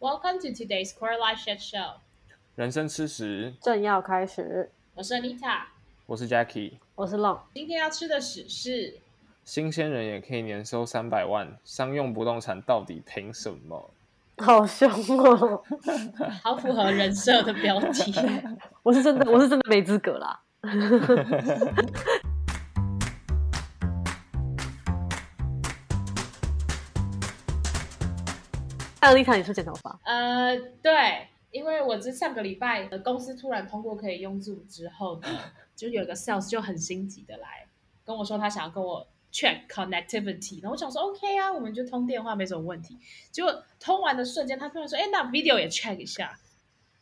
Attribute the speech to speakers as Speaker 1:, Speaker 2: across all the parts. Speaker 1: Welcome to today's Core Life Chat Show。
Speaker 2: 人生吃屎，
Speaker 3: 正要开始，
Speaker 1: 我是 Anita，
Speaker 2: 我是 Jackie。
Speaker 3: 我是浪，
Speaker 1: 今天要吃的屎是
Speaker 2: 新鲜人也可以年收三百万，商用不动产到底凭什么？
Speaker 3: 好凶哦！
Speaker 1: 好符合人设的标题。
Speaker 3: 我是 真的，我是真的没资格啦。 艾丽塔，你是剪头发？
Speaker 1: 呃，对，因为我这上个礼拜呃公司突然通过可以用 Zoom 之后呢，就有个 sales 就很心急的来跟我说他想要跟我 check connectivity，然后我想说 OK 啊，我们就通电话没什么问题。结果通完的瞬间，他突然说：“哎，那 video 也 check 一下。”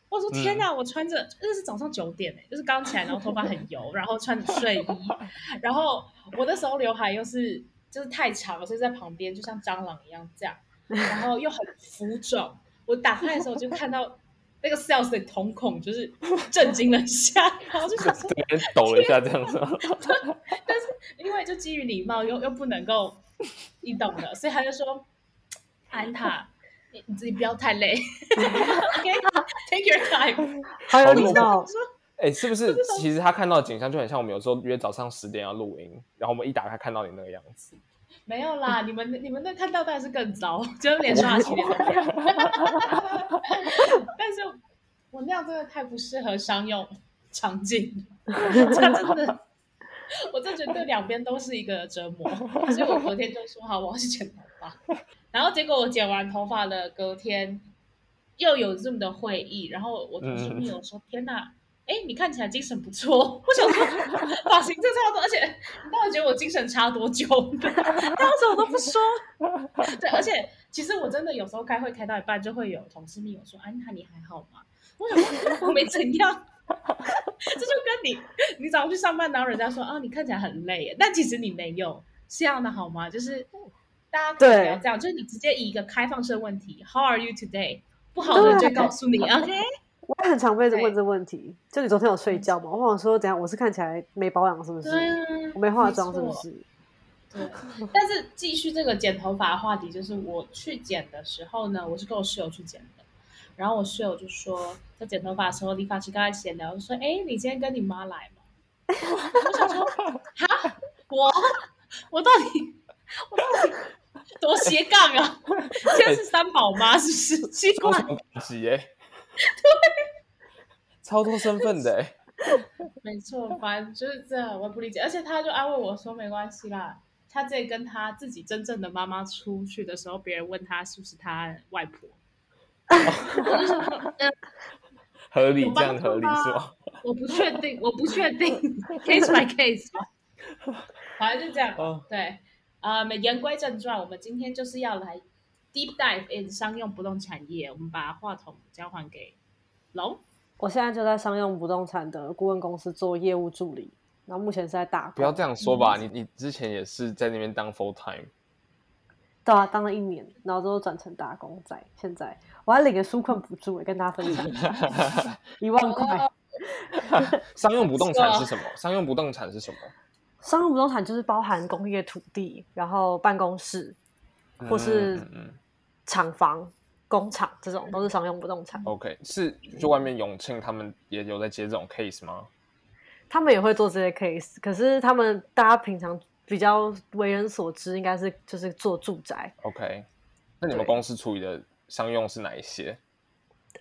Speaker 1: 我说：“天哪，我穿着那是早上九点哎、就是刚起来，然后头发很油，然后穿着睡衣，然后我那时候刘海又是就是太长了，所以在旁边就像蟑螂一样这样，然后又很浮肿。我打开的时候就看到那个 sales 的瞳孔就是震惊了一下，然后就想说，
Speaker 2: 这边抖了一下，这样子。
Speaker 1: 但是因为就基于礼貌，又又不能够，你懂的，所以他就说：“安塔，你你自己不要太累，OK，take、your time。
Speaker 3: 好有礼”
Speaker 1: 然后
Speaker 3: 貌
Speaker 1: 我就，说
Speaker 2: 哎、是不是？其实他看到的景象就很像我们有时候约早上十点要录音，然后我们一打开看到你那个样子，
Speaker 1: 没有啦，你们你们那看到当然是更糟，就是连刷牙洗脸都没有。但是我那样真的太不适合商用场景， 这真的，我真的觉得对两边都是一个折磨。所以我隔天就说好，我要去剪头发。然后结果我剪完头发的隔天又有 Zoom 的会议，然后我同事
Speaker 2: 嗯
Speaker 1: 密我说：“天哪！”哎，你看起来精神不错。我想说，发型真的差不多，而且你到底觉得我精神差多久 呢？他为什么都不说？对，而且其实我真的有时候开会开到一半，就会有同事密我说：“安娜，你还好吗？”我想说我没怎样， 这就跟你你早上去上班，然后人家说：“啊，你看起来很累耶。”但其实你没有，是这样的好吗？就是大家可以不要
Speaker 3: 对
Speaker 1: 这样，就是你直接以一个开放式的问题：“How are you today？” 不好的就告诉你，OK。 啊
Speaker 3: 我也很常被
Speaker 1: 对
Speaker 3: 问这问题。就你昨天有睡觉吗？我想说，怎样？我是看起来没保养是不是？
Speaker 1: 对啊，
Speaker 3: 我没化妆是
Speaker 1: 没
Speaker 3: 不
Speaker 1: 错
Speaker 3: 是？
Speaker 1: 对，但是继续这个剪头发的话题，就是我去剪的时候呢，我是跟我室友去剪的，然后我室友就说，在剪头发的时候，理发师跟他闲聊，就说：“哎，你今天跟你妈来吗？” 我想说，哈，我我到底我到底多斜杠啊？现在是三宝妈是不是？奇
Speaker 2: 超
Speaker 1: 怪，
Speaker 2: 想打击哎、超多身份的、欸，
Speaker 1: 没错，反正就是这样，我也不理解。而且他就安慰我说：“没关系啦，他在跟他自己真正的妈妈出去的时候，别人问他是不是他外婆，
Speaker 2: 合理
Speaker 1: 有
Speaker 2: 这
Speaker 1: 帮
Speaker 2: 样合理
Speaker 1: 助吗
Speaker 2: 是吗？
Speaker 1: 我不确定，我不确定 ，case by case 吧反正就这样。
Speaker 2: 哦
Speaker 1: 对，啊、言归正传，我们今天就是要来 deep dive in 商用不动产业，我们把话筒交还给龙。
Speaker 3: 我现在就在商用不动产的顾问公司做业务助理，然后目前是在打工。
Speaker 2: 不要这样说吧，你你之前也是在那边当 full time，
Speaker 3: 对啊，当了一年，然后之后转成打工仔。现在我还领了纾困补助，欸跟大家分 享一万块。
Speaker 2: 商用不动产
Speaker 1: 不错
Speaker 2: 是什么？商用不动产是什么？
Speaker 3: 商用不动产就是包含工业土地，然后办公室或是
Speaker 2: 嗯嗯嗯
Speaker 3: 厂房、工厂这种都是商用不动产，
Speaker 2: OK，是就外面永庆他们也有在接这种 case 吗？
Speaker 3: 他们也会做这些 case。可是他们大家平常比较为人所知，应该是就是做住宅。
Speaker 2: OK，那你们
Speaker 3: 对
Speaker 2: 公司处理的商用是哪一些？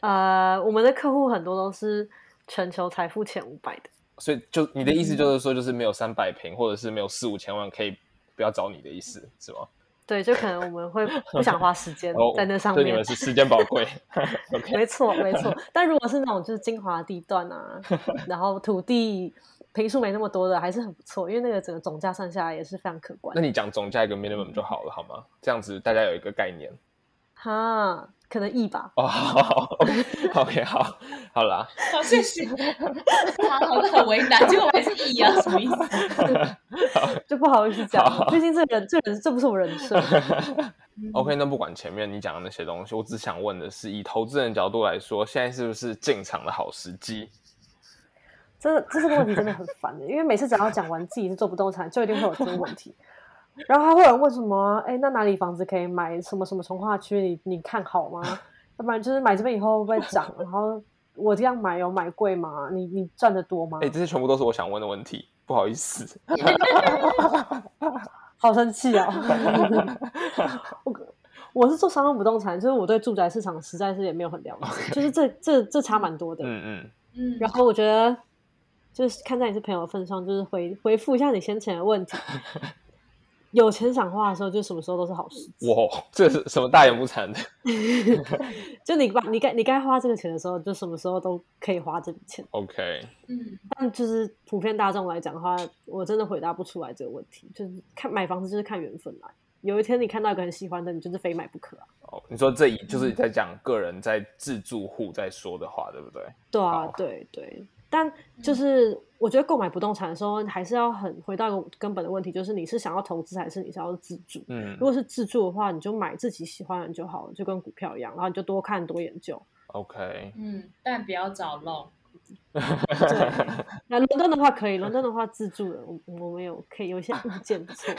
Speaker 3: 呃，我们的客户很多都是全球财富前五百的。
Speaker 2: 所以就你的
Speaker 3: 嗯
Speaker 2: 意思就是说，就是没有三百平，或者是没有四五千万，可以不要找你的意思是吗？
Speaker 3: 对，就可能我们会不想花时 间
Speaker 2: 哦，
Speaker 3: 在那上
Speaker 2: 对
Speaker 3: 面。
Speaker 2: 你们是时间宝贵。
Speaker 3: 没错，没错。但如果是那种就是精华地段啊，然后土地平数没那么多的，还是很不错，因为那个整个总价算下来也是非常可观
Speaker 2: 那。你讲总价一个 minimum 就好了，好吗？这样子大家有一个概念。
Speaker 3: 哈，可能亿吧。
Speaker 2: 哦，好好 OK，好，好啦，
Speaker 1: 好，谢谢。 他好像很为难，结果还是 E 啊，什么意 思？
Speaker 3: 就不好意思讲
Speaker 2: 好
Speaker 3: 了，毕竟这人这人这不是我人设。
Speaker 2: OK，那不管前面你讲的那些东西，我只想问的是，以投资人角度来说，现在是不是进场的好时机？
Speaker 3: 这这这个问题真的很烦欸的，因为每次只要讲完自己是做不动产，就一定会有这个问题。然后还会有人问什么？哎，那哪里房子可以买？什么什么从化区你你看好吗？要不然就是买这边以后会不会涨？然后我这样买有买贵吗？你你赚的多吗
Speaker 2: 哎、？这些全部都是我想问的问题，不好意思。
Speaker 3: 好生气啊！我我是做商用不动产，就是我对住宅市场实在是也没有很了解，就是这这这差蛮多的。
Speaker 2: 嗯 嗯，
Speaker 1: 嗯，
Speaker 3: 然后我觉得，就是看在你是朋友的份上，就是回回复一下你先前的问题。有钱赏花的时候，就什么时候都是好时机。
Speaker 2: 哇，这是什么大言不惭的？
Speaker 3: 就你把你该你该花这个钱的时候，就什么时候都可以花这笔钱。
Speaker 2: OK，
Speaker 1: 嗯，
Speaker 3: 但就是普遍大众来讲的话，我真的回答不出来这个问题。就是看买房子就是看缘分来。有一天你看到一个很喜欢的，你就是非买不可啊。
Speaker 2: 哦，你说这一就是你在讲个人在自住户在说的话，对不对？
Speaker 3: 对啊
Speaker 2: 好，嗯
Speaker 3: 对对。但就是我觉得购买不动产的时候，还是要很回到一个根本的问题，就是你是想要投资还是你想要自住？
Speaker 2: 嗯
Speaker 3: 如果是自助的话，你就买自己喜欢的就好了，就跟股票一样，然后你就多看多研 究。
Speaker 2: ，OK，
Speaker 1: 嗯，但不要找漏。
Speaker 3: 对，那伦敦的话可以，伦敦的话自助的，我我们有可以有一些物件不 错。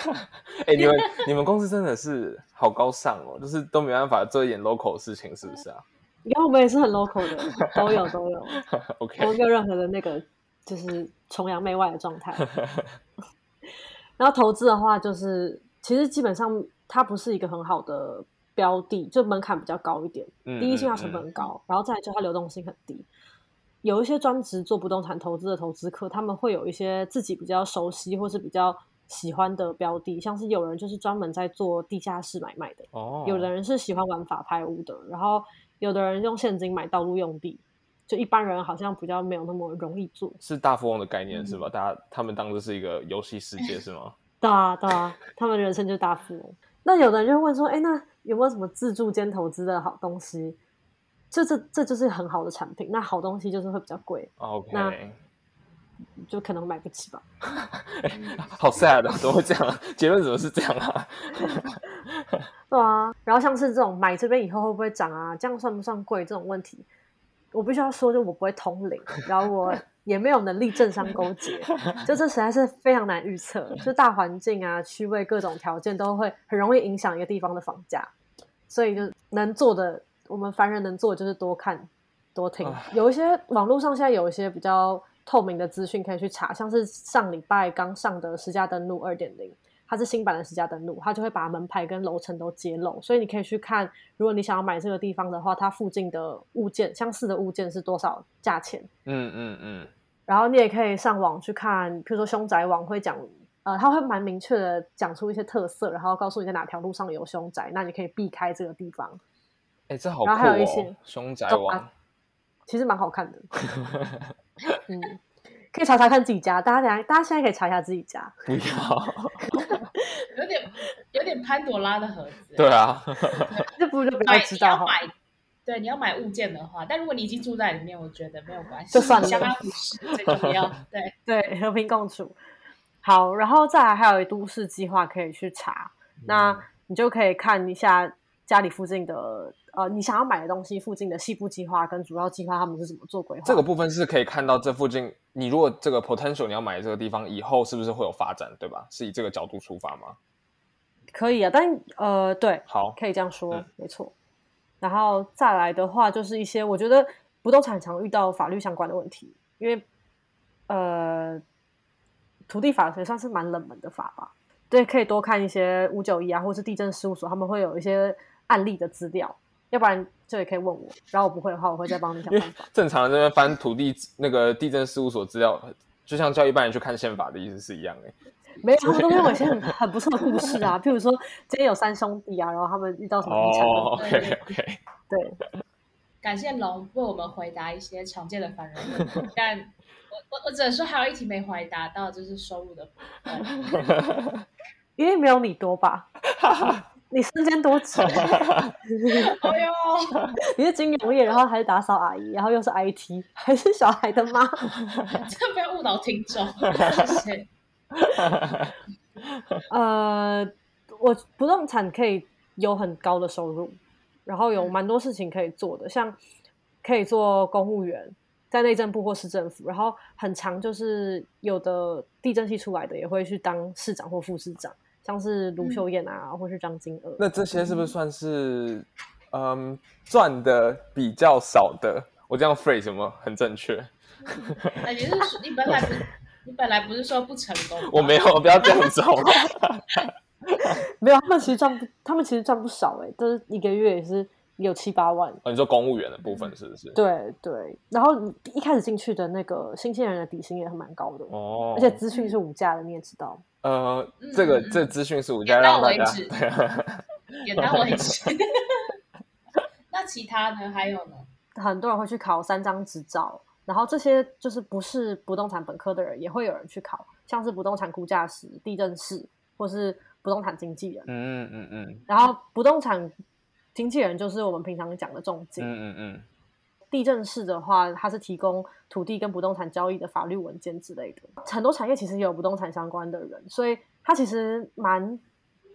Speaker 2: 哎、你们你们公司真的是好高尚哦，就是都没办法做一点 local 的事情，是不是啊
Speaker 3: 然后我们也是很 local 的，都有都 有，我们
Speaker 2: ？OK，
Speaker 3: 没有任何的那个就是崇洋媚外的状态。 然后投资的话，就是其实基本上它不是一个很好的标的，就门槛比较高一点。第一，信它成本
Speaker 2: 嗯。嗯嗯
Speaker 3: 很高，然后再来就它流动性很低。有一些专职做不动产投资的投资客，他们会有一些自己比较熟悉或是比较喜欢的标的，像是有人就是专门在做地下室买卖的，
Speaker 2: 哦，
Speaker 3: 有的人是喜欢玩法拍屋的，然后有的人用现金买道路用地，就一般人好像比较没有那么容易做。
Speaker 2: 是大富翁的概念是吧？大家他们当做是一个游戏世界是 吗？
Speaker 3: 对啊，对啊，他们人生就是大富翁。那有的人就会问说，哎，那有没有什么自助兼投资的好东西？这这这就是很好的产品，那好东西就是会比较贵，那
Speaker 2: 哦 OK，
Speaker 3: 就可能买不起吧。
Speaker 1: 嗯
Speaker 2: 好 sad，啊怎么会这样啊？结论怎么是这样啊？
Speaker 3: 对啊，然后像是这种买这边以后会不会涨啊，这样算不算贵这种问题，我必须要说，就我不会通灵，然后我也没有能力政商勾结，就这实在是非常难预测。就大环境啊、区位各种条件都会很容易影响一个地方的房价，所以就能做的，我们凡人能做的就是多看多听
Speaker 2: 唉。
Speaker 3: 有一些网络上现在有一些比较透明的资讯可以去查，像是上礼拜刚上的实价登录二点零。它是新版的实价登录，它就会把门牌跟楼层都揭露，所以你可以去看，如果你想要买这个地方的话，它附近的物件相似的物件是多少价钱，
Speaker 2: 嗯嗯嗯，
Speaker 3: 然后你也可以上网去看，比如说凶宅网会讲，呃，它会蛮明确的讲出一些特色，然后告诉你在哪条路上有凶宅，那你可以避开这个地方，
Speaker 2: 哎，这好酷
Speaker 3: 然后还有一
Speaker 2: 哦
Speaker 3: 些，
Speaker 2: 凶宅
Speaker 3: 对
Speaker 2: 王
Speaker 3: 啊，其实蛮好 看的。嗯，可以查查看自己家，大家等下大家现在可以查一下自己家。
Speaker 2: 不要，
Speaker 1: 有点有点潘多拉的盒子。
Speaker 2: 对啊，
Speaker 3: 这不就比较
Speaker 1: 买，
Speaker 3: 知
Speaker 1: 你
Speaker 3: 道
Speaker 1: 要
Speaker 3: 哈？
Speaker 1: 买，对，你要买物件的话，但如果你已经住在里面，我觉得没有关系，
Speaker 3: 就算了
Speaker 1: 相安无事最重要。对，
Speaker 3: 对，和平共处。好，然后再来还有都市计划可以去查，
Speaker 2: 嗯
Speaker 3: 那你就可以看一下家里附近的呃，你想要买的东西附近的细部计划跟主要计划他们是怎么做规划。
Speaker 2: 这个部分是可以看到这附近，你如果这个 potential 你要买这个地方以后是不是会有发展，对吧？是以这个角度出发吗？
Speaker 3: 可以啊，但呃，对，
Speaker 2: 好，
Speaker 3: 可以这样说，
Speaker 2: 嗯
Speaker 3: 没错。然后再来的话，就是一些我觉得不动产常遇到法律相关的问题，因为呃，土地法也算是蛮冷门的法吧。对，可以多看一些五九一啊，或是地震事务所，他们会有一些案例的资料，要不然这也可以问我，然后我不会的话，我会再帮你想
Speaker 2: 因
Speaker 3: 办
Speaker 2: 为
Speaker 3: 法。
Speaker 2: 正常人这边翻土地那个地震事务所资料，就像叫一般人去看宪法的意思是一样哎、
Speaker 3: 没有，他们都会有一些很很不错的故事啊，譬如说今天有三兄弟啊，然后他们遇到什么遗产
Speaker 2: 哦
Speaker 3: 问题，
Speaker 2: ，OK OK，
Speaker 3: 对，
Speaker 1: 感谢龙为我们回答一些常见的烦人问题，但我我我只能说还有一题没回答到，就是收入的部分。
Speaker 3: 因为没有你多吧？你身兼多职，
Speaker 1: 哎呦，
Speaker 3: 你是金融业，然后还是打扫阿姨，然后又是 IT，还是小孩的妈。
Speaker 1: 这不要误导听众。谢谢。
Speaker 3: 呃，我不动产可以有很高的收入，然后有
Speaker 1: 嗯
Speaker 3: 蛮多事情可以做的，像可以做公务员，在内政部或市政府，然后很长就是有的地震系出来的也会去当市长或副市长，像是卢秀燕啊，或是张金娥。
Speaker 2: 那这些是不是算是嗯，赚的比较少的，我这样 phrase 有没有很正确？
Speaker 1: 哎，你是说你本来不是你本来不是说不成功吗？
Speaker 2: 我没有，不要这样子好吗？
Speaker 3: 没有，他们其实赚不，他们其实赚不少哎、就是一个月也是有七八万。
Speaker 2: 哦，你说公务员的部分是不是？
Speaker 3: 嗯对对，然后你一开始进去的那个新鲜人的底薪也很蛮高的，
Speaker 2: 哦
Speaker 3: 而，且资讯是无价的，你也知道。
Speaker 2: 呃
Speaker 1: 嗯，
Speaker 2: 这个
Speaker 1: 嗯
Speaker 2: 这资讯是我在
Speaker 1: 点
Speaker 2: 让
Speaker 1: 到
Speaker 2: 大
Speaker 1: 为
Speaker 2: 家啊
Speaker 1: 止，点到为止。 那其他呢？还有呢？
Speaker 3: 很多人会去考三张执照，然后这些就是不是不动产本科的人也会有人去考，像是不动产估价师、地震师或是不动产经纪人。
Speaker 2: 嗯嗯嗯嗯
Speaker 3: 然后不动产经纪人就是我们平常讲的中介，
Speaker 2: 嗯嗯嗯，
Speaker 3: 地震室的话，它是提供土地跟不动产交易的法律文件之类的。很多产业其实也有不动产相关的人，所以它其实蛮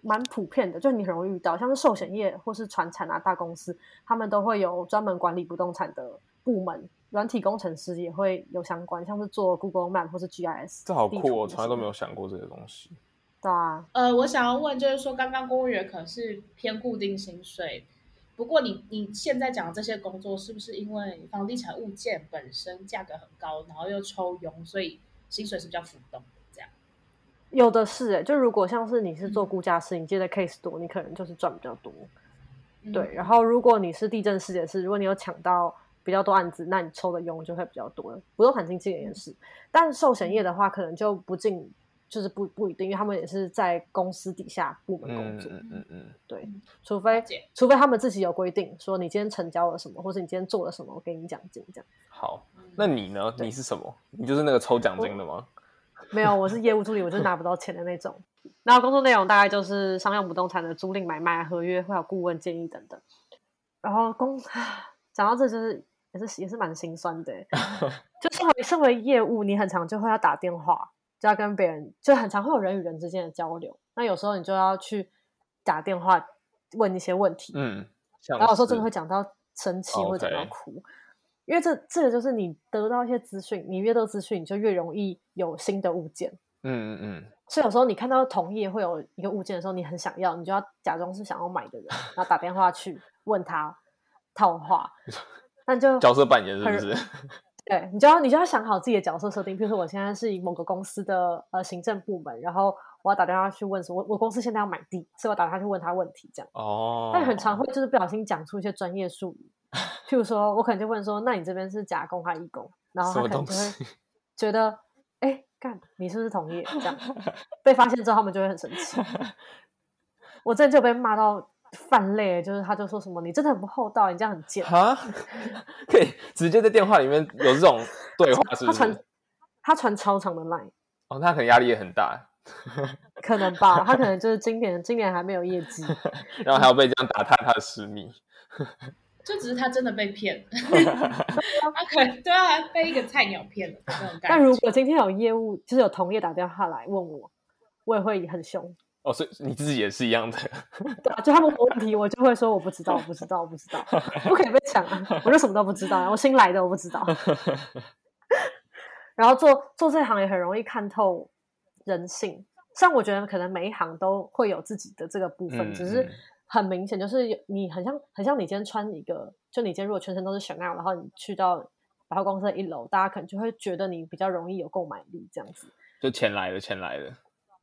Speaker 3: 蛮普遍的，就是你很容易遇到，像是寿险业或是船产啊大公司，他们都会有专门管理不动产的部门。软体工程师也会有相关，像是做 Google Map 或是 GIS，
Speaker 2: 这好
Speaker 3: 地
Speaker 2: 酷
Speaker 3: 图
Speaker 2: 哦，
Speaker 3: 这
Speaker 2: 从来
Speaker 3: 些
Speaker 2: 都没有。想过这个东西。
Speaker 3: 对啊，
Speaker 1: 呃，我想要问，就是说，刚刚公务员可能是偏固定薪水，不过你你现在讲的这些工作，是不是因为房地产物件本身价格很高，然后又抽佣，所以薪水是比较浮动的？这样
Speaker 3: 有的是欸就如果像是你是做
Speaker 1: 嗯
Speaker 3: 估价师，你接的 case 多，你可能就是赚比较多。
Speaker 1: 嗯
Speaker 3: 对，然后如果你是地震师也是，如果你有抢到比较多案子，那你抽的佣就会比较多。不动产经纪人也是，但寿险业的话可能就不进，就是不不一定，因为他们也是在公司底下部门工
Speaker 2: 嗯
Speaker 3: 作，
Speaker 2: 嗯嗯嗯，
Speaker 3: 对，除非
Speaker 1: 解
Speaker 3: 除非他们自己有规定，说你今天成交了什么，或者你今天做了什么，我给你奖金这样。
Speaker 2: 好，
Speaker 3: 嗯
Speaker 1: 嗯
Speaker 2: 那你呢？你是什么？你就是那个抽奖金的吗？
Speaker 3: 没有，我是业务助理，我就拿不到钱的那种。然后工作内容大概就是商用不动产的租赁、买卖、合约，会有顾问建议等等。然后工讲到这，就是也是也是蛮心酸的 欸，就身为身为业务，你很常就会要打电话，就要跟别人，就很常会有人与人之间的交流。那有时候你就要去打电话问一些问题，
Speaker 2: 嗯，像
Speaker 3: 然后有时候真的
Speaker 2: 是哦
Speaker 3: 会讲到生气，或者讲到
Speaker 2: OK
Speaker 3: 哭，因为这这个就是你得到一些资讯，你越多资讯，你就越容易有新的物件。
Speaker 2: 嗯嗯嗯，
Speaker 3: 所以有时候你看到同业会有一个物件的时候，你很想要，你就要假装是想要买的人，然后打电话去问他 套话，那就
Speaker 2: 角色扮演是不
Speaker 3: 很
Speaker 2: 是？
Speaker 3: 对你就要你就要想好自己的角色设定。比如说，我现在是某个公司的呃行政部门，然后我要打电话去问说，我我公司现在要买地，所以我打电话去问他问题这样。
Speaker 2: 哦，
Speaker 3: 但很常会就是不小心讲出一些专业术语，譬如说我可能就问说，那你这边是甲工还是乙工？然后
Speaker 2: 什
Speaker 3: 他
Speaker 2: 么
Speaker 3: 可能
Speaker 2: 东
Speaker 3: 就会
Speaker 2: 西？
Speaker 3: 觉得，哎，干，你是不是同业？这样被发现之后，他们就会很生气。 我之前就被骂到犯累，就是他就说什么你真的很不厚道，你这样很 贱。
Speaker 2: 哈，可以直接在电话里面有这种对话，是
Speaker 3: 他
Speaker 2: 不
Speaker 3: 传
Speaker 2: 是？
Speaker 3: 他传超长的 line，
Speaker 2: 哦，那可能压力也很大，
Speaker 3: 可能吧，他可能就是今年今年还没有业绩，
Speaker 2: 然后还要被这样打探他的私密。
Speaker 1: 就只是他真的被骗， 他可能对啊，被一个菜鸟骗了那种感觉。
Speaker 3: 但如果今天有业务，就是有同业打电话来问我，我也会很凶。
Speaker 2: 哦，所以你自己也是一样的。
Speaker 3: 对啊，就他们问问题，我就会说我不知道，我不知道，我不知 道，不可以被抢啊！我就什么都不知道啊，我新来的我不知 道。然后做做这行也很容易看透人性，像我觉得可能每一行都会有自己的这个部分，
Speaker 2: 嗯
Speaker 3: 只是
Speaker 2: 嗯
Speaker 3: 很明显就是有你很像很像你今天穿一个，就你今天如果全身都是 Chanel，然后你去到百货公司的一楼，大家可能就会觉得你比较容易有购买力这样子。
Speaker 2: 就钱来了，钱来了，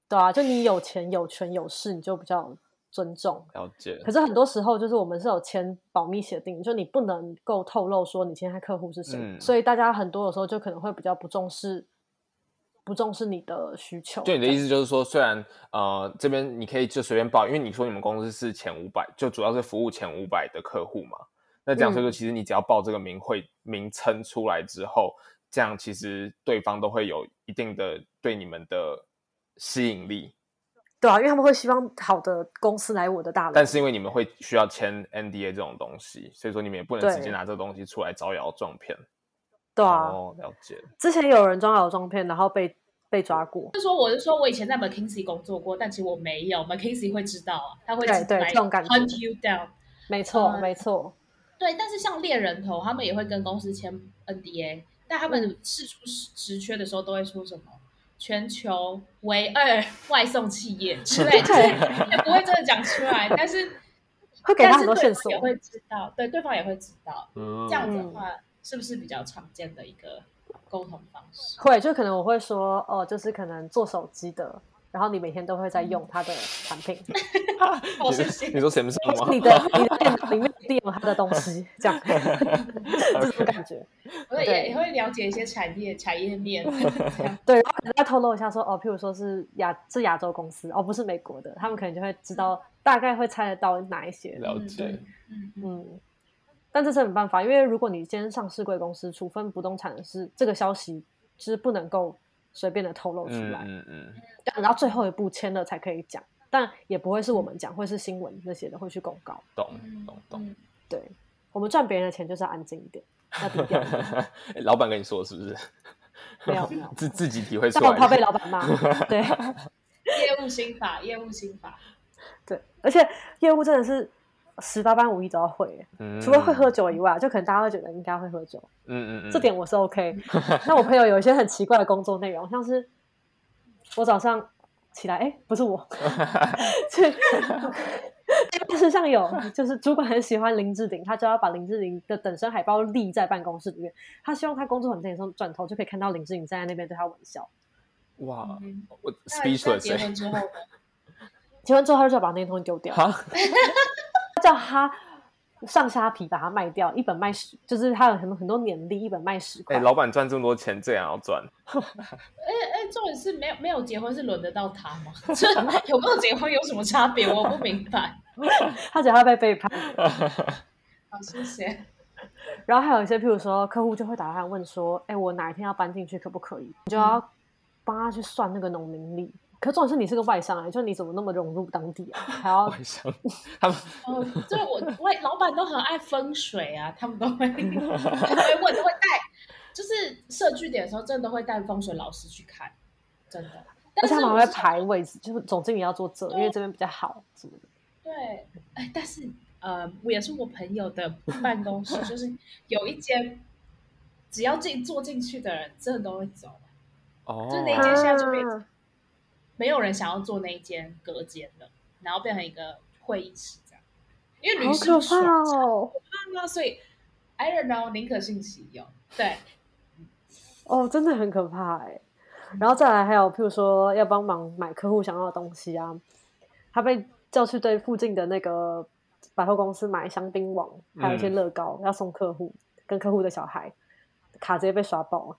Speaker 3: 对啊，就你有钱有权有势，你就比较有尊重。
Speaker 2: 了解。
Speaker 3: 可是很多时候，就是我们是有签保密协定，就你不能够透露说你现在客户是谁，
Speaker 2: 嗯
Speaker 3: 所以大家很多的时候就可能会比较不重视，不重视你的需求。
Speaker 2: 就你的意
Speaker 3: 思，
Speaker 2: 思就是说，虽然呃这边你可以就随便报，因为你说你们公司是前五百，就主要是服务前五百的客户嘛。那这样所以说，
Speaker 3: 嗯
Speaker 2: 其实你只要报这个名会名称出来之后，这样其实对方都会有一定的对你们的吸引力。
Speaker 3: 对啊，因为他们会希望好的公司来我的大楼，
Speaker 2: 但是因为你们会需要签 NDA 这种东西，所以说你们也不能直接
Speaker 3: 对
Speaker 2: 拿这个东西出来招摇撞骗。
Speaker 3: 对啊，
Speaker 2: 哦，了解。
Speaker 3: 之前有人装老装骗，然后被被抓过，
Speaker 1: 就是说，我是说我以前在 McKinsey 工作过，但其实我没有，McKinsey 会知道啊，他会
Speaker 3: 对
Speaker 1: 知
Speaker 3: 对
Speaker 1: 来
Speaker 3: 这种感觉
Speaker 1: hunt you down。
Speaker 3: 没错、
Speaker 1: 嗯
Speaker 3: 没错，
Speaker 1: 对，但是像猎人头，他们也会跟公司签 NDA，但他
Speaker 3: 嗯
Speaker 1: 们试出职职缺的时候都会说什么全球 唯二外送企业之类，就是也不会真的讲出来，但是
Speaker 3: 会给
Speaker 1: 但
Speaker 3: 他
Speaker 1: 是
Speaker 3: 很多
Speaker 1: 对
Speaker 3: 线
Speaker 1: 方
Speaker 3: 索
Speaker 1: 也。会知道，对，对方也会知道。
Speaker 2: 嗯
Speaker 1: 这样子的话，是不是比较常见的一个沟通方 式？
Speaker 3: 会，就可能我会说，哦，就是可能做手机的，然后你每天都会在用它的产品，
Speaker 2: 嗯
Speaker 1: 好
Speaker 3: 哦
Speaker 2: 你
Speaker 1: 哦谢
Speaker 2: 说
Speaker 1: 谢
Speaker 2: 你。说谁不是吗？
Speaker 3: 你的你的电脑里面一定有它的东西，这 样这种感觉。
Speaker 1: 我也
Speaker 3: 对
Speaker 1: 也会了解一些产业产业 面，这样
Speaker 3: 对，然后可能要透露一下说，哦，譬如说是亚是亚洲公司，哦，不是美国的，他们可能就会知道，大概会猜得到哪一些。
Speaker 2: 嗯 了解
Speaker 1: 嗯，嗯嗯
Speaker 3: 嗯，但这是没办法，因为如果你今天上市贵公司，处分不动产是这个消息是不能够随便的透露出
Speaker 2: 嗯
Speaker 3: 来，
Speaker 2: 嗯嗯，
Speaker 3: 要等到最后一步签了才可以讲，但也不会是我们
Speaker 2: 嗯
Speaker 3: 讲，会是新闻那些的会去公告。
Speaker 2: 懂
Speaker 1: 嗯，
Speaker 2: 懂懂。
Speaker 1: 嗯
Speaker 3: 对我们赚别人的钱就是要安静一点， 要低调一点，
Speaker 2: 老板跟你说是不是？，
Speaker 3: 嗯没有没有
Speaker 2: 自自己体会出
Speaker 3: 但我
Speaker 2: 来。
Speaker 3: 怕被老板骂。对。
Speaker 1: 业务心法，业务心法，
Speaker 3: 对，而且业务真的是十八般武艺都要会耶，
Speaker 2: 嗯
Speaker 3: 除了会喝酒以外，就可能大家会觉得应该会喝酒，
Speaker 2: 嗯嗯嗯，
Speaker 3: 这点我是 OK。那我朋友有一些很奇怪的工作内容，像是我早上起来，哎，不 是我，是办事上有，就是主管很喜欢林志玲，他就要把林志玲的等身海报立在办公室里面，他希望他工作很累的时候转头就可以看到林志玲站在那边对他微笑。
Speaker 2: 哇，
Speaker 1: 嗯，
Speaker 2: 我
Speaker 1: 那那结
Speaker 2: speechless 欸
Speaker 1: 婚之后呢，
Speaker 3: 结婚之后，他就要把那些东西丢掉。
Speaker 2: 哈，
Speaker 3: 叫他上虾皮把它卖掉，一本卖十，就是他有很多很多年历，一本卖十
Speaker 2: 哎，
Speaker 3: 块。
Speaker 2: 老板赚这么多钱，这样要赚，
Speaker 1: 哎哎，重点是没有没有结婚是轮得到他吗？ 这有没有结婚有什么差别？我不明白。
Speaker 3: 他觉得他被背叛。
Speaker 1: 好，谢 谢。
Speaker 3: 然后还有一些，譬如说客户就会打电话问说：“哎，我哪一天要搬进去，可不可以？”你就要
Speaker 1: 嗯
Speaker 3: 帮他去算那个农民历。可重点是你是个外商哎、就你怎么那么融入当地啊？还要
Speaker 2: 我想他 们
Speaker 1: 哦，这我我老板都很爱风水啊，他们都 会 都会问，都会带，就是设据点的时候，真的都会带风水老师去看，真的。
Speaker 3: 而
Speaker 1: 但
Speaker 3: 且
Speaker 1: 是
Speaker 3: 他们
Speaker 1: 我
Speaker 3: 还
Speaker 1: 是
Speaker 3: 会排位置，就是总经理要做这，因为这边比较好什么的。
Speaker 1: 对，哎，但是呃，我也是我朋友的办公室，就是有一间，只要进坐进去的人，真的都会走，
Speaker 2: 哦，
Speaker 1: 就那一哎间现在就变
Speaker 3: 啊
Speaker 1: 成没有人想要坐那一间隔间了，然后变成一个会议室这样，因为
Speaker 3: 好
Speaker 1: 女
Speaker 3: 可
Speaker 1: 生爽
Speaker 3: 怕哦！
Speaker 1: 那啊所以 I don't know，宁可信其有。对，
Speaker 3: 哦，真的很可怕哎、
Speaker 2: 嗯
Speaker 3: 然后再来还有，譬如说要帮忙买客户想要的东西啊，他被叫去对附近的那个百货公司买香槟王，还有一些
Speaker 2: 嗯
Speaker 3: 乐高、要送客户，跟客户的小孩，卡直接被刷爆。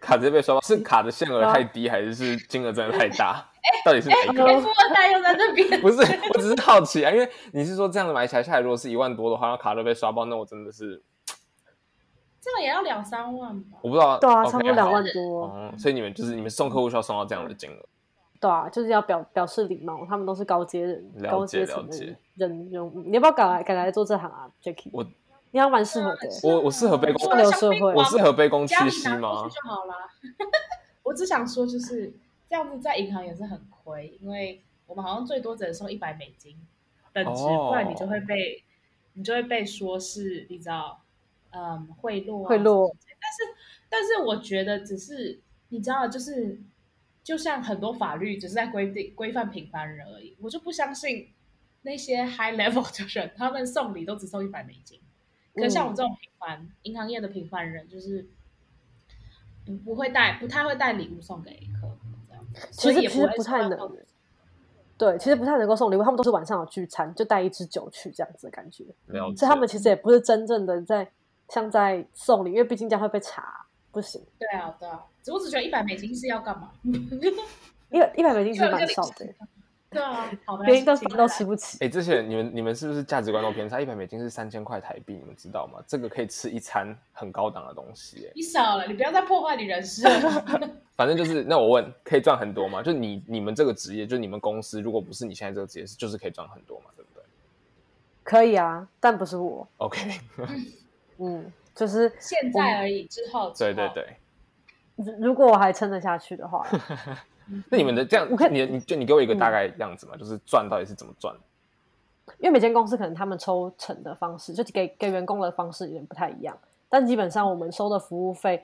Speaker 2: 卡直接被刷爆，是卡的限
Speaker 3: 嗯
Speaker 2: 额太低，还是是金额真的太 大？到底是哪一
Speaker 1: 哎
Speaker 3: 哦
Speaker 2: 个？
Speaker 1: 富二代又在那边，
Speaker 2: 不是，我只是好奇啊，因为你是说这样买起来下来，如果是一万多的话，然后卡都被刷爆，那我真的是
Speaker 1: 这个也要两三万吧？
Speaker 2: 我不知道。
Speaker 3: 对啊，
Speaker 2: OK，
Speaker 3: 差不多两万
Speaker 2: 好。
Speaker 3: 多。嗯
Speaker 2: 哦，所以你们就是你们送客户需要送到这样的金额，
Speaker 3: 对啊，就是要表表示礼貌，他们都是高阶人、
Speaker 2: 了
Speaker 3: 高
Speaker 2: 解
Speaker 3: 阶层
Speaker 2: 了
Speaker 3: 的
Speaker 2: 解
Speaker 3: 人人人物。你要不要改来改来做这行啊，Jacky？
Speaker 2: 我
Speaker 3: 你还蛮适合
Speaker 1: 呃
Speaker 3: 的欸、
Speaker 2: 我我适合被公
Speaker 1: 我
Speaker 3: 流社会
Speaker 2: 我适合卑躬
Speaker 1: 家
Speaker 2: 屈
Speaker 1: 里
Speaker 2: 膝
Speaker 1: 拿
Speaker 2: 吗
Speaker 1: 过去？就好啦。 我只想说，就是这样子，在银行也是很亏，因为我们好像最多只能送一百美金等值，
Speaker 2: 哦
Speaker 1: 不然你就会被你就会被说是，你知道，嗯，贿赂、啊，
Speaker 3: 贿赂
Speaker 1: 什么之类的。但是，但是我觉得只是你知道，就是就像很多法律只是在规定规范平凡人而已，我就不相信那些 high level 的人，他们送礼都只送一百美金。可像我们这种平凡银行业的平凡人，就是不不会带，不太会带礼物送给客户这样子，所
Speaker 3: 其
Speaker 1: 以
Speaker 3: 实
Speaker 1: 也
Speaker 3: 其
Speaker 1: 不
Speaker 3: 实
Speaker 1: 会
Speaker 3: 不
Speaker 1: 送到
Speaker 3: 太能欸
Speaker 1: 客户
Speaker 3: 对，其实不太能够送礼物，他们都是晚上有聚餐，就带一支酒去这样子的感觉。
Speaker 2: 了解。
Speaker 3: 所以他们其实也不是真正的在像在送礼，因为毕竟这样会被查，不行。
Speaker 1: 对啊，对啊，只我只觉得一百美金是要干嘛？
Speaker 3: 一百一百美金其实蛮少的，
Speaker 1: 对啊，好 的，
Speaker 3: 连一顿
Speaker 1: 请
Speaker 3: 饭
Speaker 1: 回
Speaker 3: 都
Speaker 1: 来
Speaker 3: 吃不起。
Speaker 2: 哎、这些人，你们你们是不是价值观都偏差？一百美金是三千块台币，你们知道吗？这个可以吃一餐很高档的东西、哎，
Speaker 1: 你少了，你不要再破坏你人 设了。
Speaker 2: 反正就是，那我问，可以赚很多吗？就你你们这个职业，就你们公司，如果不是你现在这个职业，是就是可以赚很多嘛，对不对
Speaker 3: 可以啊，但不是我，
Speaker 2: ？OK，
Speaker 3: 嗯，就是
Speaker 1: 现在而已，之后，
Speaker 2: 对对
Speaker 1: 之后，
Speaker 2: 对。
Speaker 3: 如如果我还撑得下去的话，
Speaker 2: 那你们的这样，
Speaker 3: 嗯我看
Speaker 2: 你的你就你给我一个大概样子嘛，就是赚到底是怎么赚？
Speaker 3: 因为每间公司可能他们抽成的方式，就给给员工的方式有点不太一样，但基本上我们收的服务费，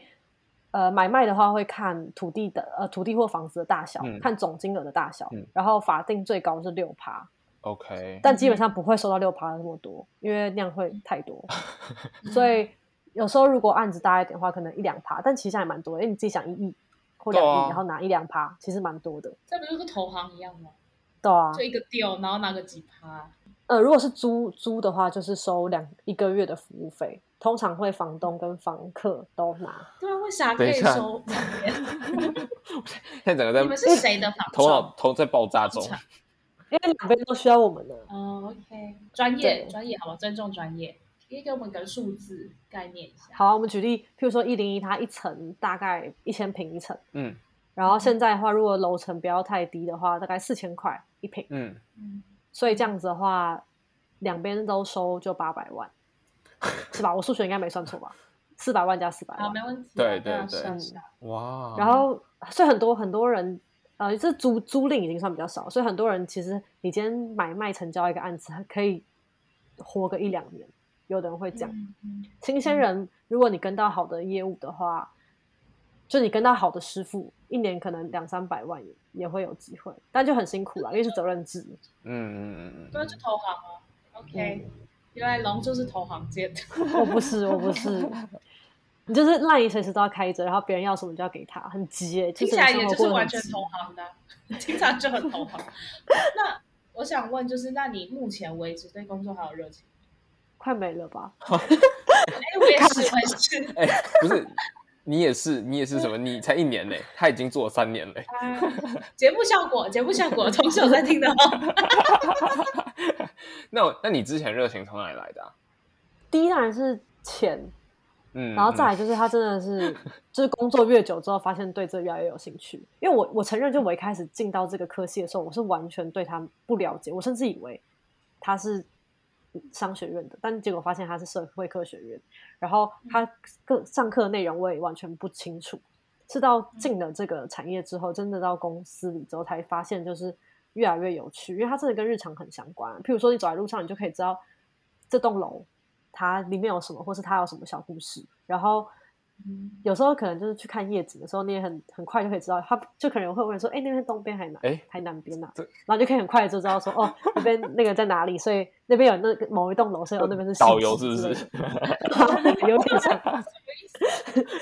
Speaker 3: 呃，买卖的话会看土地的呃土地或房子的大小，
Speaker 2: 嗯
Speaker 3: 看总金额的大小，
Speaker 2: 嗯
Speaker 3: 然后法定最高是六趴，
Speaker 2: OK，
Speaker 3: 但基本上不会收到六趴那么多，因为那样会太 多。所以有时候如果案子大一点的话，可能一两趴，但其实还蛮多的，因为你自己想一亿或两亿，
Speaker 2: 对啊
Speaker 3: 然后拿一两趴，其实蛮多的。
Speaker 1: 这不就跟投行一样吗？
Speaker 3: 对啊，
Speaker 1: 就一个 deal，然后拿个几趴，
Speaker 3: 呃，如果是租租的话，就是收两一个月的服务费，通常会房东跟房客都拿。
Speaker 1: 对啊，为啥可以
Speaker 2: 等一下
Speaker 1: 收两年？
Speaker 2: 现在整个
Speaker 1: 你们
Speaker 2: 在
Speaker 1: 是谁的房
Speaker 2: 头脑
Speaker 1: 仲？
Speaker 2: 头在爆炸 中
Speaker 1: 房，产
Speaker 3: 因为两边都需要我们呢。
Speaker 1: 嗯，OK，专业
Speaker 3: 对
Speaker 1: 专业，好吧，尊重专业，可以给我们个数字概念一下。
Speaker 3: 好啊，我们举例，譬如说一零一，它一层大概一千平一层，
Speaker 2: 嗯
Speaker 3: 然后现在的话，如果楼层不要太低的话，大概四千块一平，
Speaker 2: 嗯，
Speaker 1: 嗯，
Speaker 3: 所以这样子的话，两边都收就八百万，是吧？我数学应该没算错吧？四百万加四百
Speaker 1: 好，
Speaker 3: 万，
Speaker 1: 没问题啊。
Speaker 2: 对
Speaker 1: 对啊
Speaker 2: 对
Speaker 1: 是啊
Speaker 3: 对
Speaker 1: 是啊
Speaker 2: 哇，
Speaker 3: 然后所以很多很多人，呃，这租租赁已经算比较少，所以很多人其实你今天买卖成交一个案子，可以活个一两年，有的人会这样。
Speaker 1: 嗯嗯
Speaker 3: 新鲜人，如果你跟到好的业务的话，就你跟到好的师傅，一年可能两三百万也也会有机会，但就很辛苦啦，因为是责任制。
Speaker 2: 嗯嗯嗯
Speaker 1: 对啊，就投行啊。OK，原
Speaker 3: 嗯
Speaker 1: 来龙就是投行界 的。
Speaker 3: 我不是，我 不是，你就是烂，你随时都要开着，然后别人要什么就要给他，很急、欸，
Speaker 1: 听
Speaker 3: 是
Speaker 1: 起
Speaker 3: 你
Speaker 1: 来
Speaker 3: 生
Speaker 1: 也
Speaker 3: 活
Speaker 1: 就是
Speaker 3: 过得很
Speaker 1: 完全
Speaker 3: 急
Speaker 1: 同行的啊， 听起来就很同行。那我想问，就是那你目前为止对工作还有热 情？
Speaker 3: 快没了吧？
Speaker 1: 哎，我也是，我也是。
Speaker 2: 嗯，哎，不是，你也是，你也是什么？你才一年嘞，他已经做了三年嘞，
Speaker 1: 啊，节目效 果，节目效果，同事有在听的哦。
Speaker 2: 那我那你之前热情从哪里来的啊？
Speaker 3: 第一当然是钱，
Speaker 2: 嗯，
Speaker 3: 然后再来就是他真的是，就是工作越久之后，发现对这越来越有兴趣。因为我我承认，就我一开始进到这个科系的时候，我是完全对他不了解，我甚至以为他是商学院的，但结果发现他是社会科学院。然后他各上课的内容我也完全不清楚，是到进了这个产业之后，真的到公司里之后才发现，就是越来越有趣，因为它真的跟日常很相关。譬如说，你走在路上，你就可以知道这栋楼它里面有什么，或是它有什么小故事。然后
Speaker 1: 嗯
Speaker 3: 有时候可能就是去看夜景的时候，你也很很快就可以知道，他就可能会问说：“哎、那边东边还南？
Speaker 2: 哎
Speaker 3: 还南边呐、
Speaker 2: 这
Speaker 3: 然后就可以很快就知道说：“哦，那边那个在哪里？”所以那边有那个某一栋楼，所以哦那边是
Speaker 2: 呃导
Speaker 3: 市
Speaker 2: 游是
Speaker 3: 集
Speaker 2: 不
Speaker 3: 之类的
Speaker 2: 是？
Speaker 3: 有点像，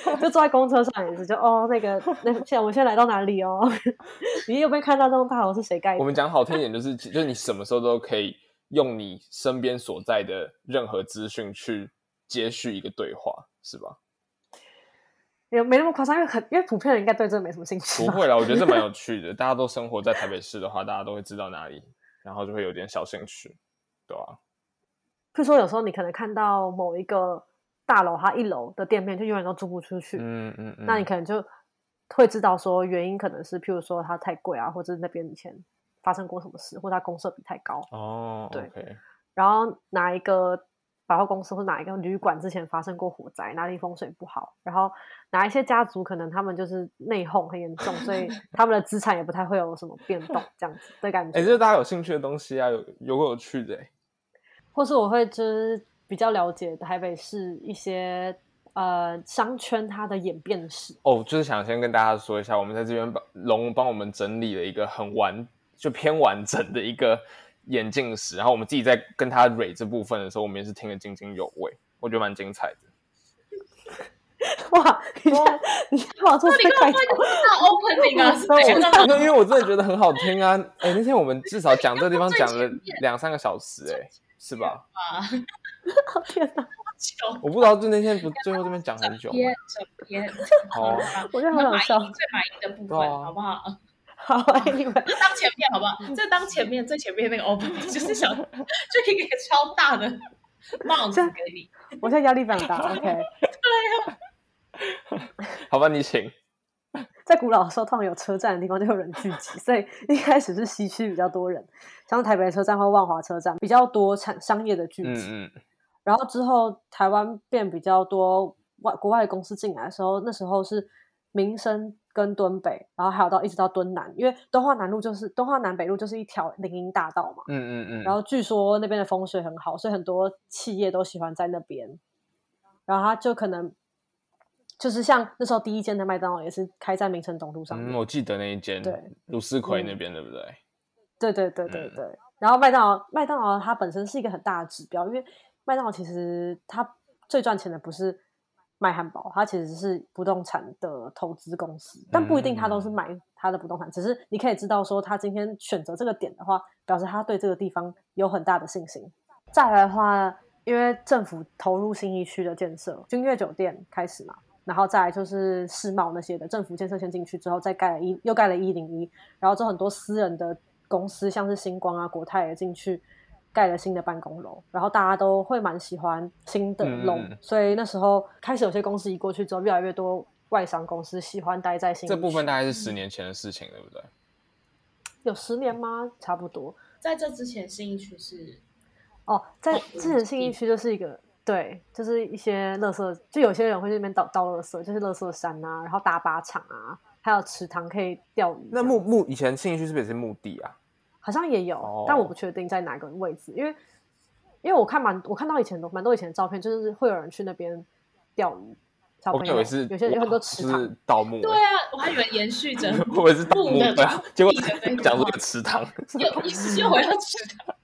Speaker 3: 就坐在公车上也是，就哦那个那现在我们现在来到哪里哦？ 你有没有看到那栋大楼是谁盖
Speaker 2: 我
Speaker 3: 的？
Speaker 2: 们讲好听一点，就是就是你什么时候都可以用你身边所在的任何资讯去接续一个对话，是吧？
Speaker 3: 也没那么夸张，因为很因为普遍人应该对这个没什么兴趣
Speaker 2: 不
Speaker 3: 吧。
Speaker 2: 会啦，我觉得这蛮有趣的。大家都生活在台北市的话，大家都会知道哪里，然后就会有点小兴趣，对吧、
Speaker 3: 譬如说有时候你可能看到某一个大楼，它一楼的店面就永远都租不出去，
Speaker 2: 嗯嗯嗯。
Speaker 3: 那你可能就会知道说原因可能是譬如说它太贵啊，或者是那边以前发生过什么事，或它公设比太高。
Speaker 2: 哦
Speaker 3: 对
Speaker 2: ，OK，
Speaker 3: 然后哪一个百货公司或哪一个旅馆之前发生过火灾，哪里风水不好，然后哪一些家族可能他们就是内讧很严重，所以他们的资产也不太会有什么变动，这样子的感
Speaker 2: 哎、
Speaker 3: 觉。
Speaker 2: 这是大家有兴趣的东西啊，有有够有趣的、欸。
Speaker 3: 或是我会就是比较了解台北市一些呃商圈它的演变史，
Speaker 2: 哦，就是想先跟大家说一下，我们在这边帮龙帮我们整理了一个很完就偏完整的一个眼镜史，然后我们自己在跟他蕊这部分的时候，我们也是听得津津有味，我觉得蛮精彩的。
Speaker 3: 哇！你看，你看我做
Speaker 1: 那
Speaker 3: 这
Speaker 1: 你
Speaker 3: 个开
Speaker 1: 干
Speaker 3: 头
Speaker 1: 嘛，那 opening 啊？是
Speaker 3: 哦那我
Speaker 1: 怎样？
Speaker 2: 因为因为我真的觉得很好听啊！哎、那天我们至少讲这个地方讲了两三个小时、哎，是吧？
Speaker 3: 天哪！
Speaker 1: 球
Speaker 2: 我不知道，就那天不最后这边讲很久吗，
Speaker 3: 啊
Speaker 1: 边整边，
Speaker 2: 好啊
Speaker 1: 吧
Speaker 3: 我觉得
Speaker 1: 你
Speaker 3: 很
Speaker 1: 们
Speaker 3: 好
Speaker 1: 满意
Speaker 3: 笑。
Speaker 1: 最满意的部
Speaker 2: 对啊
Speaker 1: 分，好不好？
Speaker 3: 好，Anyway，
Speaker 1: 当前面好不好？这当前面最前面那个 opening 就是想，就一个超大的帽子给你。
Speaker 3: 我现在压力非常大。OK，
Speaker 2: 好吧，你请。
Speaker 3: 在古老的时候，通常有车站的地方就有人聚集，所以一开始是西区比较多人，像台北车站或万华车站比较多产商业的聚集。
Speaker 2: 嗯嗯，
Speaker 3: 然后之后台湾变比较多外国外的公司进来的时候，那时候是民生跟敦北，然后还有到一直到敦南，因为敦化南路就是敦化南北路就是一条林荫大道嘛。
Speaker 2: 嗯嗯嗯，
Speaker 3: 然后据说那边的风水很好，所以很多企业都喜欢在那边。然后他就可能就是像那时候第一间的麦当劳也是开在
Speaker 2: 嗯
Speaker 3: 民生东路上
Speaker 2: 嗯，，
Speaker 3: 面
Speaker 2: 我记得那一间，
Speaker 3: 对，
Speaker 2: 卢思奎那
Speaker 3: 嗯
Speaker 2: 边对不对？
Speaker 3: 对对对对
Speaker 2: 嗯
Speaker 3: 对。然后麦当劳，麦当劳它本身是一个很大的指标，因为麦当劳其实它最赚钱的不是卖汉堡，它其实是不动产的投资公司，但不一定它都是买它的不动产，只是你可以知道说，它今天选择这个点的话，表示它对这个地方有很大的信心。再来的话，因为政府投入新一区的建设，君悦酒店开始嘛，然后再来就是世贸那些的政府建设先进去之后，再盖了一又盖了一零一，然后之后很多私人的公司，像是星光啊、国泰也进去盖了新的办公楼，然后大家都会蛮喜欢新的楼，
Speaker 2: 嗯
Speaker 3: 所以那时候开始有些公司一过去之后，越来越多外商公司喜欢待在新一
Speaker 2: 这部
Speaker 3: 区
Speaker 2: 分大概是十年前的事情，对不对？
Speaker 3: 有十年吗？差不多
Speaker 1: 在这之前，新一区是
Speaker 3: 哦，在
Speaker 1: 哦
Speaker 3: 之前信义区就是一个。对，就是一些垃圾，就有些人会去那边倒倒垃圾，就是垃圾山啊，然后大靶场啊，还有池塘可以钓鱼这样。
Speaker 2: 那墓墓以前信义区是不是也是墓地啊？
Speaker 3: 好像也有，
Speaker 2: 哦
Speaker 3: 但我不确定在哪个位置，因为因为我看蛮我看到以前的蛮多以前的照片，就是会有人去那边钓鱼，小
Speaker 2: 哦我
Speaker 3: 朋
Speaker 2: 以
Speaker 3: 友
Speaker 2: 为是
Speaker 3: 有些人有很多池
Speaker 2: 就
Speaker 3: 塘，
Speaker 2: 是盗墓欸，
Speaker 1: 对啊，我还以为延续着
Speaker 2: 我以为是盗墓
Speaker 1: 墓的
Speaker 2: 对啊，结果
Speaker 1: 地的那个
Speaker 2: 讲说
Speaker 1: 话
Speaker 2: 有池塘，
Speaker 1: 又一又回到池塘，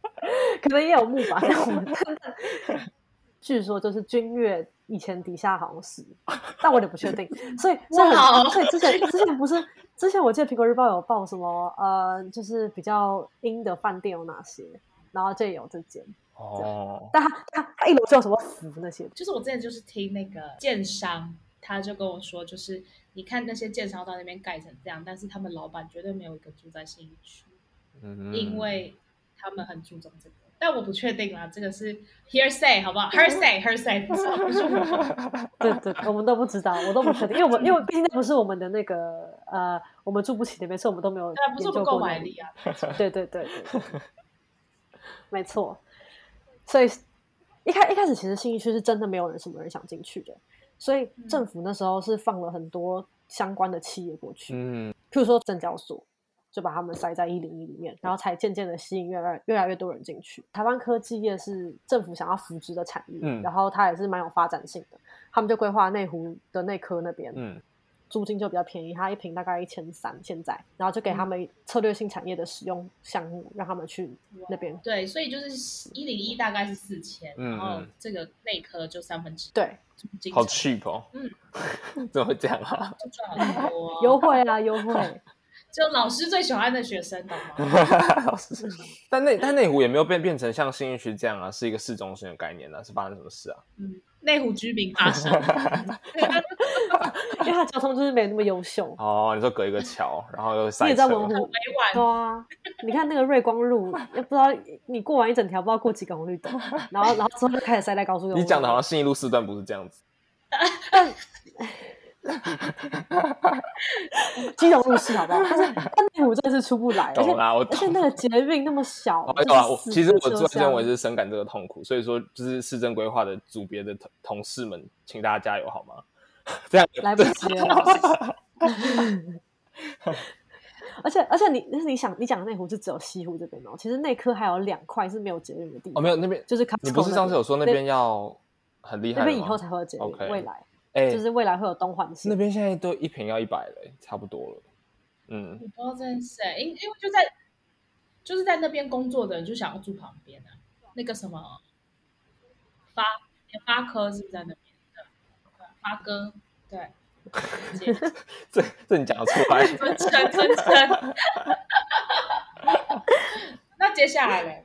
Speaker 3: 可能也有木 吧，但我们 据说就是君越以前底下好像是，但我有点不 确定，所以所以
Speaker 1: 哇哦
Speaker 3: 很所以之前之前不是之前我记得苹果日报有报什么呃，就是比较阴的饭店有哪些，然后这也有这间，
Speaker 2: 哦，
Speaker 3: 但他他他一楼就有什么福那些的，
Speaker 1: 就是我之前就是听那个建商，他就跟我说，就是你看那些建商到那边盖成这样，但是他们老板绝对没有一个住在信义区，
Speaker 2: 嗯
Speaker 1: 因为他们很注重这个。但我不确定啊啦，这个是 hearsay 好不好？hearsay hearsay 不知道不是我呃
Speaker 3: 对对，对我们都不知道，我都不确定，因为我们因为毕竟那不是我们的那个呃，我们住不起那边，所以我们都没有
Speaker 1: 那不是
Speaker 3: 研
Speaker 1: 我
Speaker 3: 究
Speaker 1: 们购
Speaker 3: 过
Speaker 1: 买
Speaker 3: 那
Speaker 1: 力啊，
Speaker 3: 对对对对对，没错。所以一开一开始，其实信义区是真的没有人什么人想进去的，所以政府那时候是放了很多相关的企业过去，
Speaker 2: 嗯
Speaker 3: 譬如说证交所，就把他们塞在一零一里面，然后才渐渐的吸引越来越来越多人进去。台湾科技业是政府想要扶植的产业，
Speaker 2: 嗯
Speaker 3: 然后它也是蛮有发展性的，他们就规划内湖的内科那边，
Speaker 2: 嗯
Speaker 3: 租金就比较便宜，它一平大概一千三现在，然后就给
Speaker 2: 嗯
Speaker 3: 他们策略性产业的使用项目，让他们去那边。
Speaker 1: 对，所以就是一零一大概是四千、
Speaker 2: 嗯
Speaker 1: 然后
Speaker 2: 嗯
Speaker 1: 这个内科就三分之一，
Speaker 3: 对，
Speaker 1: 经
Speaker 2: 好
Speaker 1: 常
Speaker 2: cheap 哦，
Speaker 1: 嗯
Speaker 2: 怎么会这样啊？
Speaker 1: 就赚很多啊、
Speaker 3: 优惠啊优
Speaker 2: 哦
Speaker 3: 惠，
Speaker 1: 就老师最喜欢的学生，懂吗？
Speaker 2: 老师，但内但内湖也没有变变成像信义区这样啊，是一个市中心的概念啊，是发生什么事啊？
Speaker 1: 嗯，内湖居民啊 爬山，
Speaker 3: 因为它交通就是没那么优秀。
Speaker 2: 哦，你说隔一个桥，然后又
Speaker 3: 你
Speaker 2: 塞
Speaker 3: 也在
Speaker 2: 车，
Speaker 3: 文湖，
Speaker 1: 每晚
Speaker 3: 对啊，你看那个瑞光路，也不知道你过完一整条，不知道过几个红绿灯，然后然后之后就开始塞在高速公路。
Speaker 2: 你讲的好像信义路四段不是这样子，
Speaker 3: 基隆路是好不好？但是但内湖真的是出不来，而且
Speaker 2: 懂啦我
Speaker 3: 而且
Speaker 2: 懂
Speaker 3: 那个捷运那么小，
Speaker 2: 哦，
Speaker 3: 就是
Speaker 2: 有啊，我
Speaker 3: 四
Speaker 2: 其实
Speaker 3: 个
Speaker 2: 我
Speaker 3: 车
Speaker 2: 最
Speaker 3: 厢
Speaker 2: 认为是深感这个痛苦，所以说就是市政规划的组别的同同事们，请大家加油好吗？ 这样
Speaker 3: 来不及了。 而且而且你你想你讲的内湖是只有西湖这边哦，其实内科还有两块是没有捷运的地
Speaker 2: 哦，
Speaker 3: 方，
Speaker 2: 没有那边，
Speaker 3: 就是 Costco
Speaker 2: 你不是上次有说那
Speaker 3: 那
Speaker 2: 边要很厉害
Speaker 3: 那
Speaker 2: 的吗，
Speaker 3: 边以后才会有捷运，
Speaker 2: OK
Speaker 3: 未来
Speaker 2: 哎，
Speaker 3: 就是未来会有东环
Speaker 2: 那
Speaker 3: 线。
Speaker 2: 边现在都一瓶要一百了，欸差不多了。嗯，
Speaker 1: 我不知道这件事欸，因因为就在就是在那边工作的人就想要住旁边啊，那个什么发发科是不是在那边的？发哥对，姐
Speaker 2: 这这你讲得出来？
Speaker 1: 吞吞吞吞。那接下来嘞，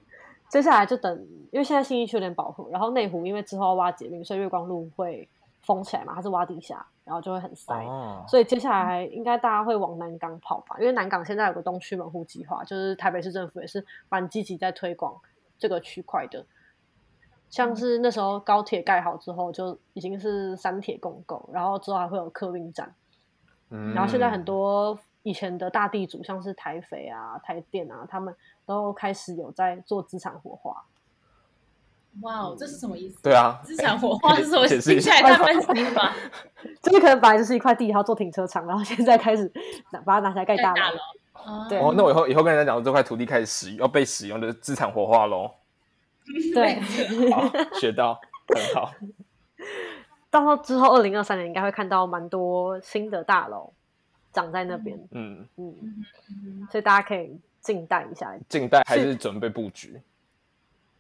Speaker 3: 接下来就等，因为现在新义区有点保护，然后内湖因为之后要挖捷运，所以月光路会封起来嘛，它是挖地下，然后就会很塞。
Speaker 2: 哦，
Speaker 3: 所以接下来应该大家会往南港跑吧，因为南港现在有个东区门户计划，就是台北市政府也是蛮积极在推广这个区块的。像是那时候高铁盖好之后，就已经是三铁共构，然后之后还会有客运站，
Speaker 2: 嗯
Speaker 3: 然后现在很多以前的大地主，像是台肥啊、台电啊，他们都开始有在做资产活化。
Speaker 1: 哇哦，这是什么意思？
Speaker 2: 对啊，
Speaker 1: 资产火化是什么？
Speaker 2: 解释
Speaker 1: 听
Speaker 2: 一
Speaker 1: 起
Speaker 2: 下
Speaker 1: 来太分析吧，
Speaker 3: 就是可能本来就是一块地，然后做停车场，然后现在开始拿把它拿起来 盖
Speaker 1: 太
Speaker 3: 大
Speaker 1: 大
Speaker 3: 楼
Speaker 1: 了。。啊
Speaker 3: 对
Speaker 2: 哦，那我以后以后跟人家讲，这块土地开始使要被使用的资产活化喽。
Speaker 3: 对，
Speaker 2: 好，学到，很好。
Speaker 3: 到时候之后，二零二三年应该会看到蛮多新的大楼长在那边，
Speaker 2: 嗯，
Speaker 3: 嗯，
Speaker 1: 嗯哼嗯哼
Speaker 3: 所以大家可以静待一下，
Speaker 2: 静待还是准备布局？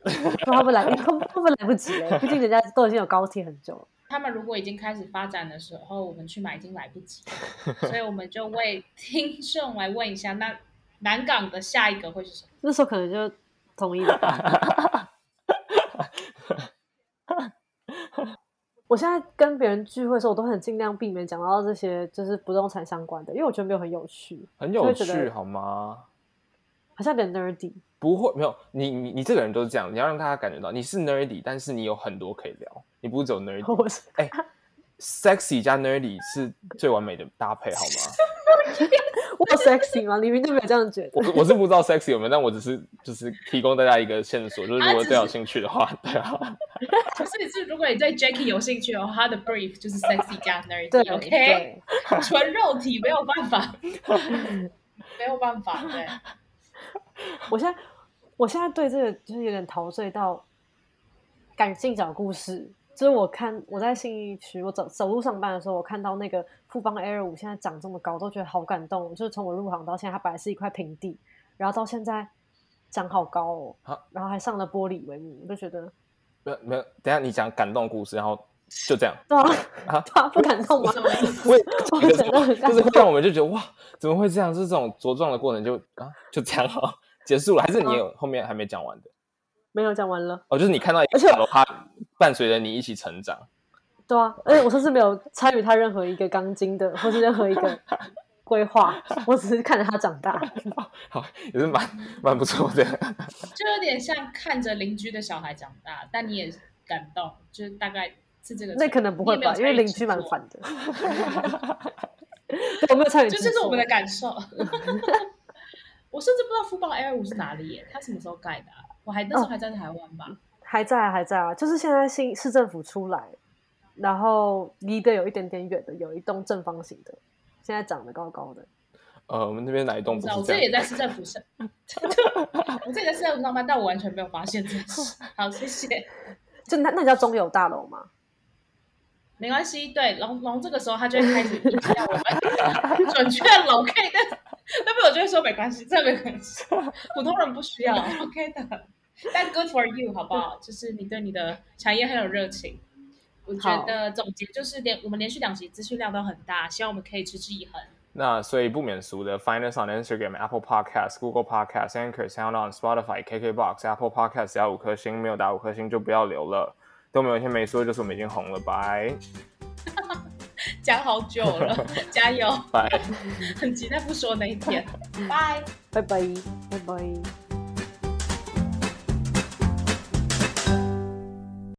Speaker 3: 不然会不会来，会不会来不及嘞？毕竟人家都已经有高铁很久了。
Speaker 1: 他们如果已经开始发展的时候，我们去买已经来不及了，所以我们就为听众来问一下，那南港的下一个会是什么？
Speaker 3: 那时候可能就同意了吧。我现在跟别人聚会的时候，我都很尽量避免讲到这些就是不动产相关的，因为我觉得没有很有趣，
Speaker 2: 很
Speaker 3: 就
Speaker 2: 有
Speaker 3: 会觉
Speaker 2: 趣
Speaker 3: 得
Speaker 2: 好吗？
Speaker 3: 好像有点 nerdy。
Speaker 2: 不会，没有你你你这个人都是这样，你要让大家感觉到你是 nerdy，但是你有很多可以聊，你不是 只有 nerdy。
Speaker 3: 我是
Speaker 2: 哎、s e x y 加 nerdy 是最完美的搭配，好吗？
Speaker 3: 我有 sexy 吗？你明明就没有这样觉得。
Speaker 2: 我我是不知道 sexy 有没有，但我只是就是提供大家一个线索，就是如果对他有兴趣的话，对啊，
Speaker 1: 可是是如果你对 Jackie 有兴趣的话，他的 brief 就是 sexy 加
Speaker 3: 对
Speaker 1: nerdy，OK，
Speaker 3: 对，
Speaker 1: 纯肉体没有办 法，没有办法，对。
Speaker 3: 我现在我现在对这个就是有点陶醉到感性小故事。就是我看我在信义区，我走走路上班的时候，我看到那个富邦 Air 五现在长这么高，都觉得好感动。哦就是从我入行到现在，它本来是一块平地，然后到现在长好高哦
Speaker 2: 啊，
Speaker 3: 然后还上了玻璃帷幕，我就觉得
Speaker 2: 没有没有，等一下你讲感动故事，然后就 这样，
Speaker 3: 对啊，
Speaker 2: 啊
Speaker 3: 对啊，不感动吗？
Speaker 2: 我也
Speaker 3: 我
Speaker 2: 觉
Speaker 3: 觉得
Speaker 2: 得
Speaker 3: 很
Speaker 2: 就
Speaker 3: 感
Speaker 2: 是会
Speaker 3: 动。
Speaker 2: 让我们就觉得哇，怎么会这样？就是这种茁壮的过程就啊就这样好结束了，还
Speaker 3: 嗯
Speaker 2: 是你有后面还没讲完的？
Speaker 3: 没有讲完了，
Speaker 2: 哦，就是你看到一
Speaker 3: 而且
Speaker 2: 个他伴随着你一起成长，
Speaker 3: 对啊，而且我甚至没有参与他任何一个钢筋的，或是任何一个规划，我只是看着他长大。
Speaker 2: 好也是蛮蛮不错的。
Speaker 1: 就有点像看着邻居的小孩长大，但你也感动，就是大概是这个程度。
Speaker 3: 那可能不会
Speaker 1: 你也没有
Speaker 3: 吧，因为
Speaker 1: 参与
Speaker 3: 邻居蛮
Speaker 1: 制作，
Speaker 3: 烦的。对，我没有参与
Speaker 1: 就
Speaker 3: 制作，
Speaker 1: 这是我们的感受。 我甚至不知道福宝 Air 五是哪里耶，它什么时候盖的、啊？我还那时候还在台湾吧。
Speaker 3: 还在啊还在啊，就是现在新市政府出来，然后离得有一点点远的，有一栋正方形的，现在长得高高的。
Speaker 2: 呃，我们那边哪一栋
Speaker 1: 不知
Speaker 2: 不
Speaker 1: 道，啊
Speaker 2: 是
Speaker 1: 我
Speaker 2: 这
Speaker 1: 这也
Speaker 2: 样？
Speaker 1: 在市政府上， 我这也在市政府上班，但我完全没有发现这件事。好，谢谢，
Speaker 3: 就那那叫中友大楼吗？
Speaker 1: 没关系。对，龙龙这个时候他就会开始影响我们 准确 locate，但那边我就会说没关系，这没关系，普通人不需要 OK 的。但 good for you 好不好？就是你对你的产业很有热情。我觉
Speaker 3: 好
Speaker 1: 得总结就是连我们连续两集资讯量都很大，希望我们可以持之以恒。
Speaker 2: 那所以不免俗的，find us on Instagram、Apple Podcast、Google Podcast、Anchor、Sound On、Spotify、KKBox、Apple Podcast，只要五颗星，没有打五颗星就不要留了。都没有一天没说，就是我们已经红了，拜
Speaker 1: 讲好久了，加油！
Speaker 2: 拜。
Speaker 1: 很期待不说那一天。拜。
Speaker 3: 拜拜拜拜。